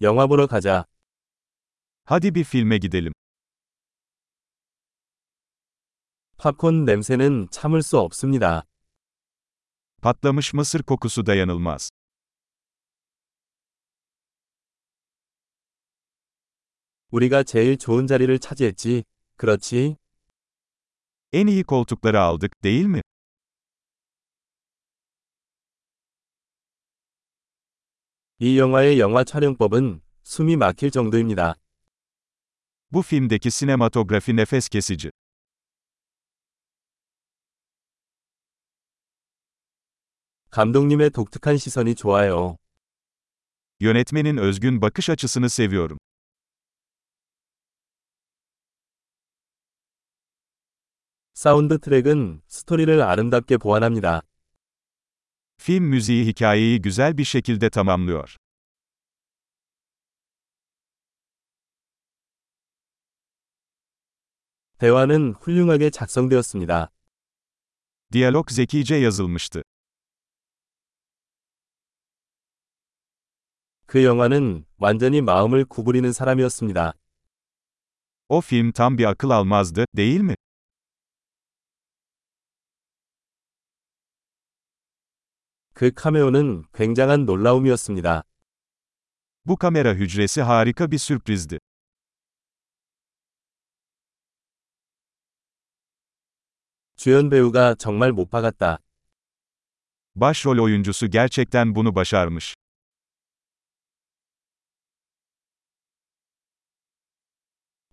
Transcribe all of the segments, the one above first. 영화 보러 가자. Hadi bir filme gidelim. 팝콘 냄새는 참을 수 없습니다. Patlamış mısır kokusu dayanılmaz. 우리가 제일 좋은 자리를 차지했지. 그렇지? En iyi koltukları aldık, değil mi? 이 영화의 영화 촬영법은 숨이 막힐 정도입니다. Bu filmdeki sinematografi nefes kesici. 감독님의 독특한 시선이 좋아요. Yönetmenin özgün bakış açısını seviyorum. 사운드 트랙은 스토리를 아름답게 보완합니다. Film müziği hikayeyi güzel bir şekilde tamamlıyor. 대화는 훌륭하게 작성되었습니다. Diyalog zekice yazılmıştı. 그 영화는 완전히 마음을 구부리는 사람이었습니다. O film tam bir akıl almazdı, değil mi? 그 카메오는 굉장한 놀라움이었습니다. Bu kamera hücresi harika bir sürprizdi. 주연 배우가 정말 못 박았다. Başrol oyuncusu gerçekten bunu başarmış.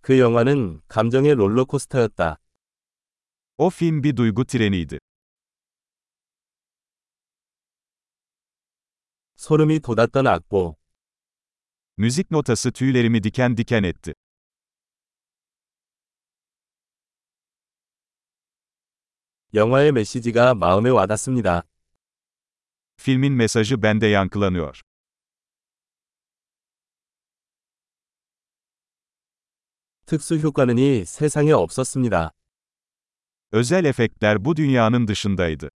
그 영화는 감정의 롤러코스터였다. O film bir duygu treniydi. 소름이 돋았던 악보. Müzik notası tüylerimi diken diken etti. 영화의 메시지가 마음에 와닿습니다. Filmin mesajı bende yankılanıyor. 특수 효과는 이 세상에 없었습니다. Özel efektler bu dünyanın dışındaydı.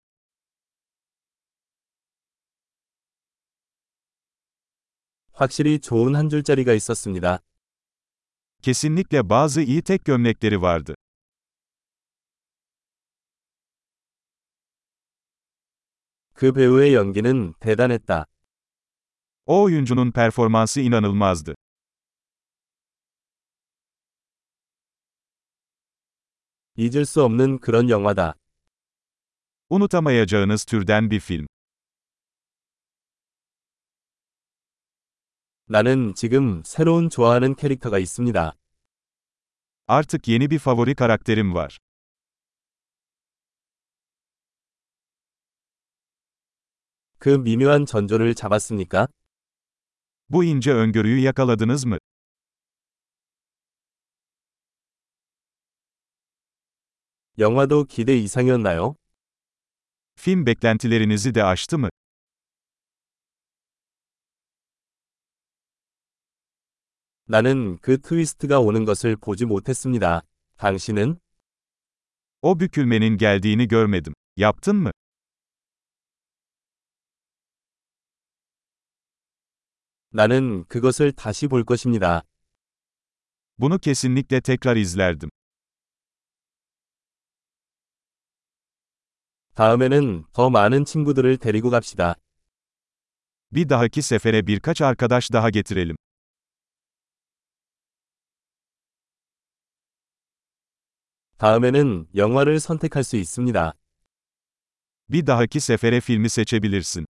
확실히 좋은 한 줄짜리가 있었습니다. Kesinlikle bazı iyi tek gömlekleri vardı. 그 배우의 연기는 대단했다. O oyuncunun performansı inanılmazdı. 잊을 수 없는 그런 영화다. Unutamayacağınız türden bir film. 나는 지금 새로운 좋아하는 캐릭터가 있습니다. Artık yeni bir favori karakterim var. 그 미묘한 전조를 잡았습니까? Bu ince öngörüyü yakaladınız mı? 영화도 기대 이상이었나요? Film beklentilerinizi de aştı mı? 나는 그 트위스트가 오는 것을 보지 못했습니다. 당신은? O bükülmenin geldiğini görmedim. Yaptın mı? 나는 그것을 다시 볼 것입니다. Bunu kesinlikle tekrar izlerdim. 다음에는 더 많은 친구들을 데리고 갑시다. Bir dahaki sefere birkaç arkadaş daha getirelim. 다음에는 영화를 선택할 수 있습니다. Bir dahaki sefere filmi seçebilirsin.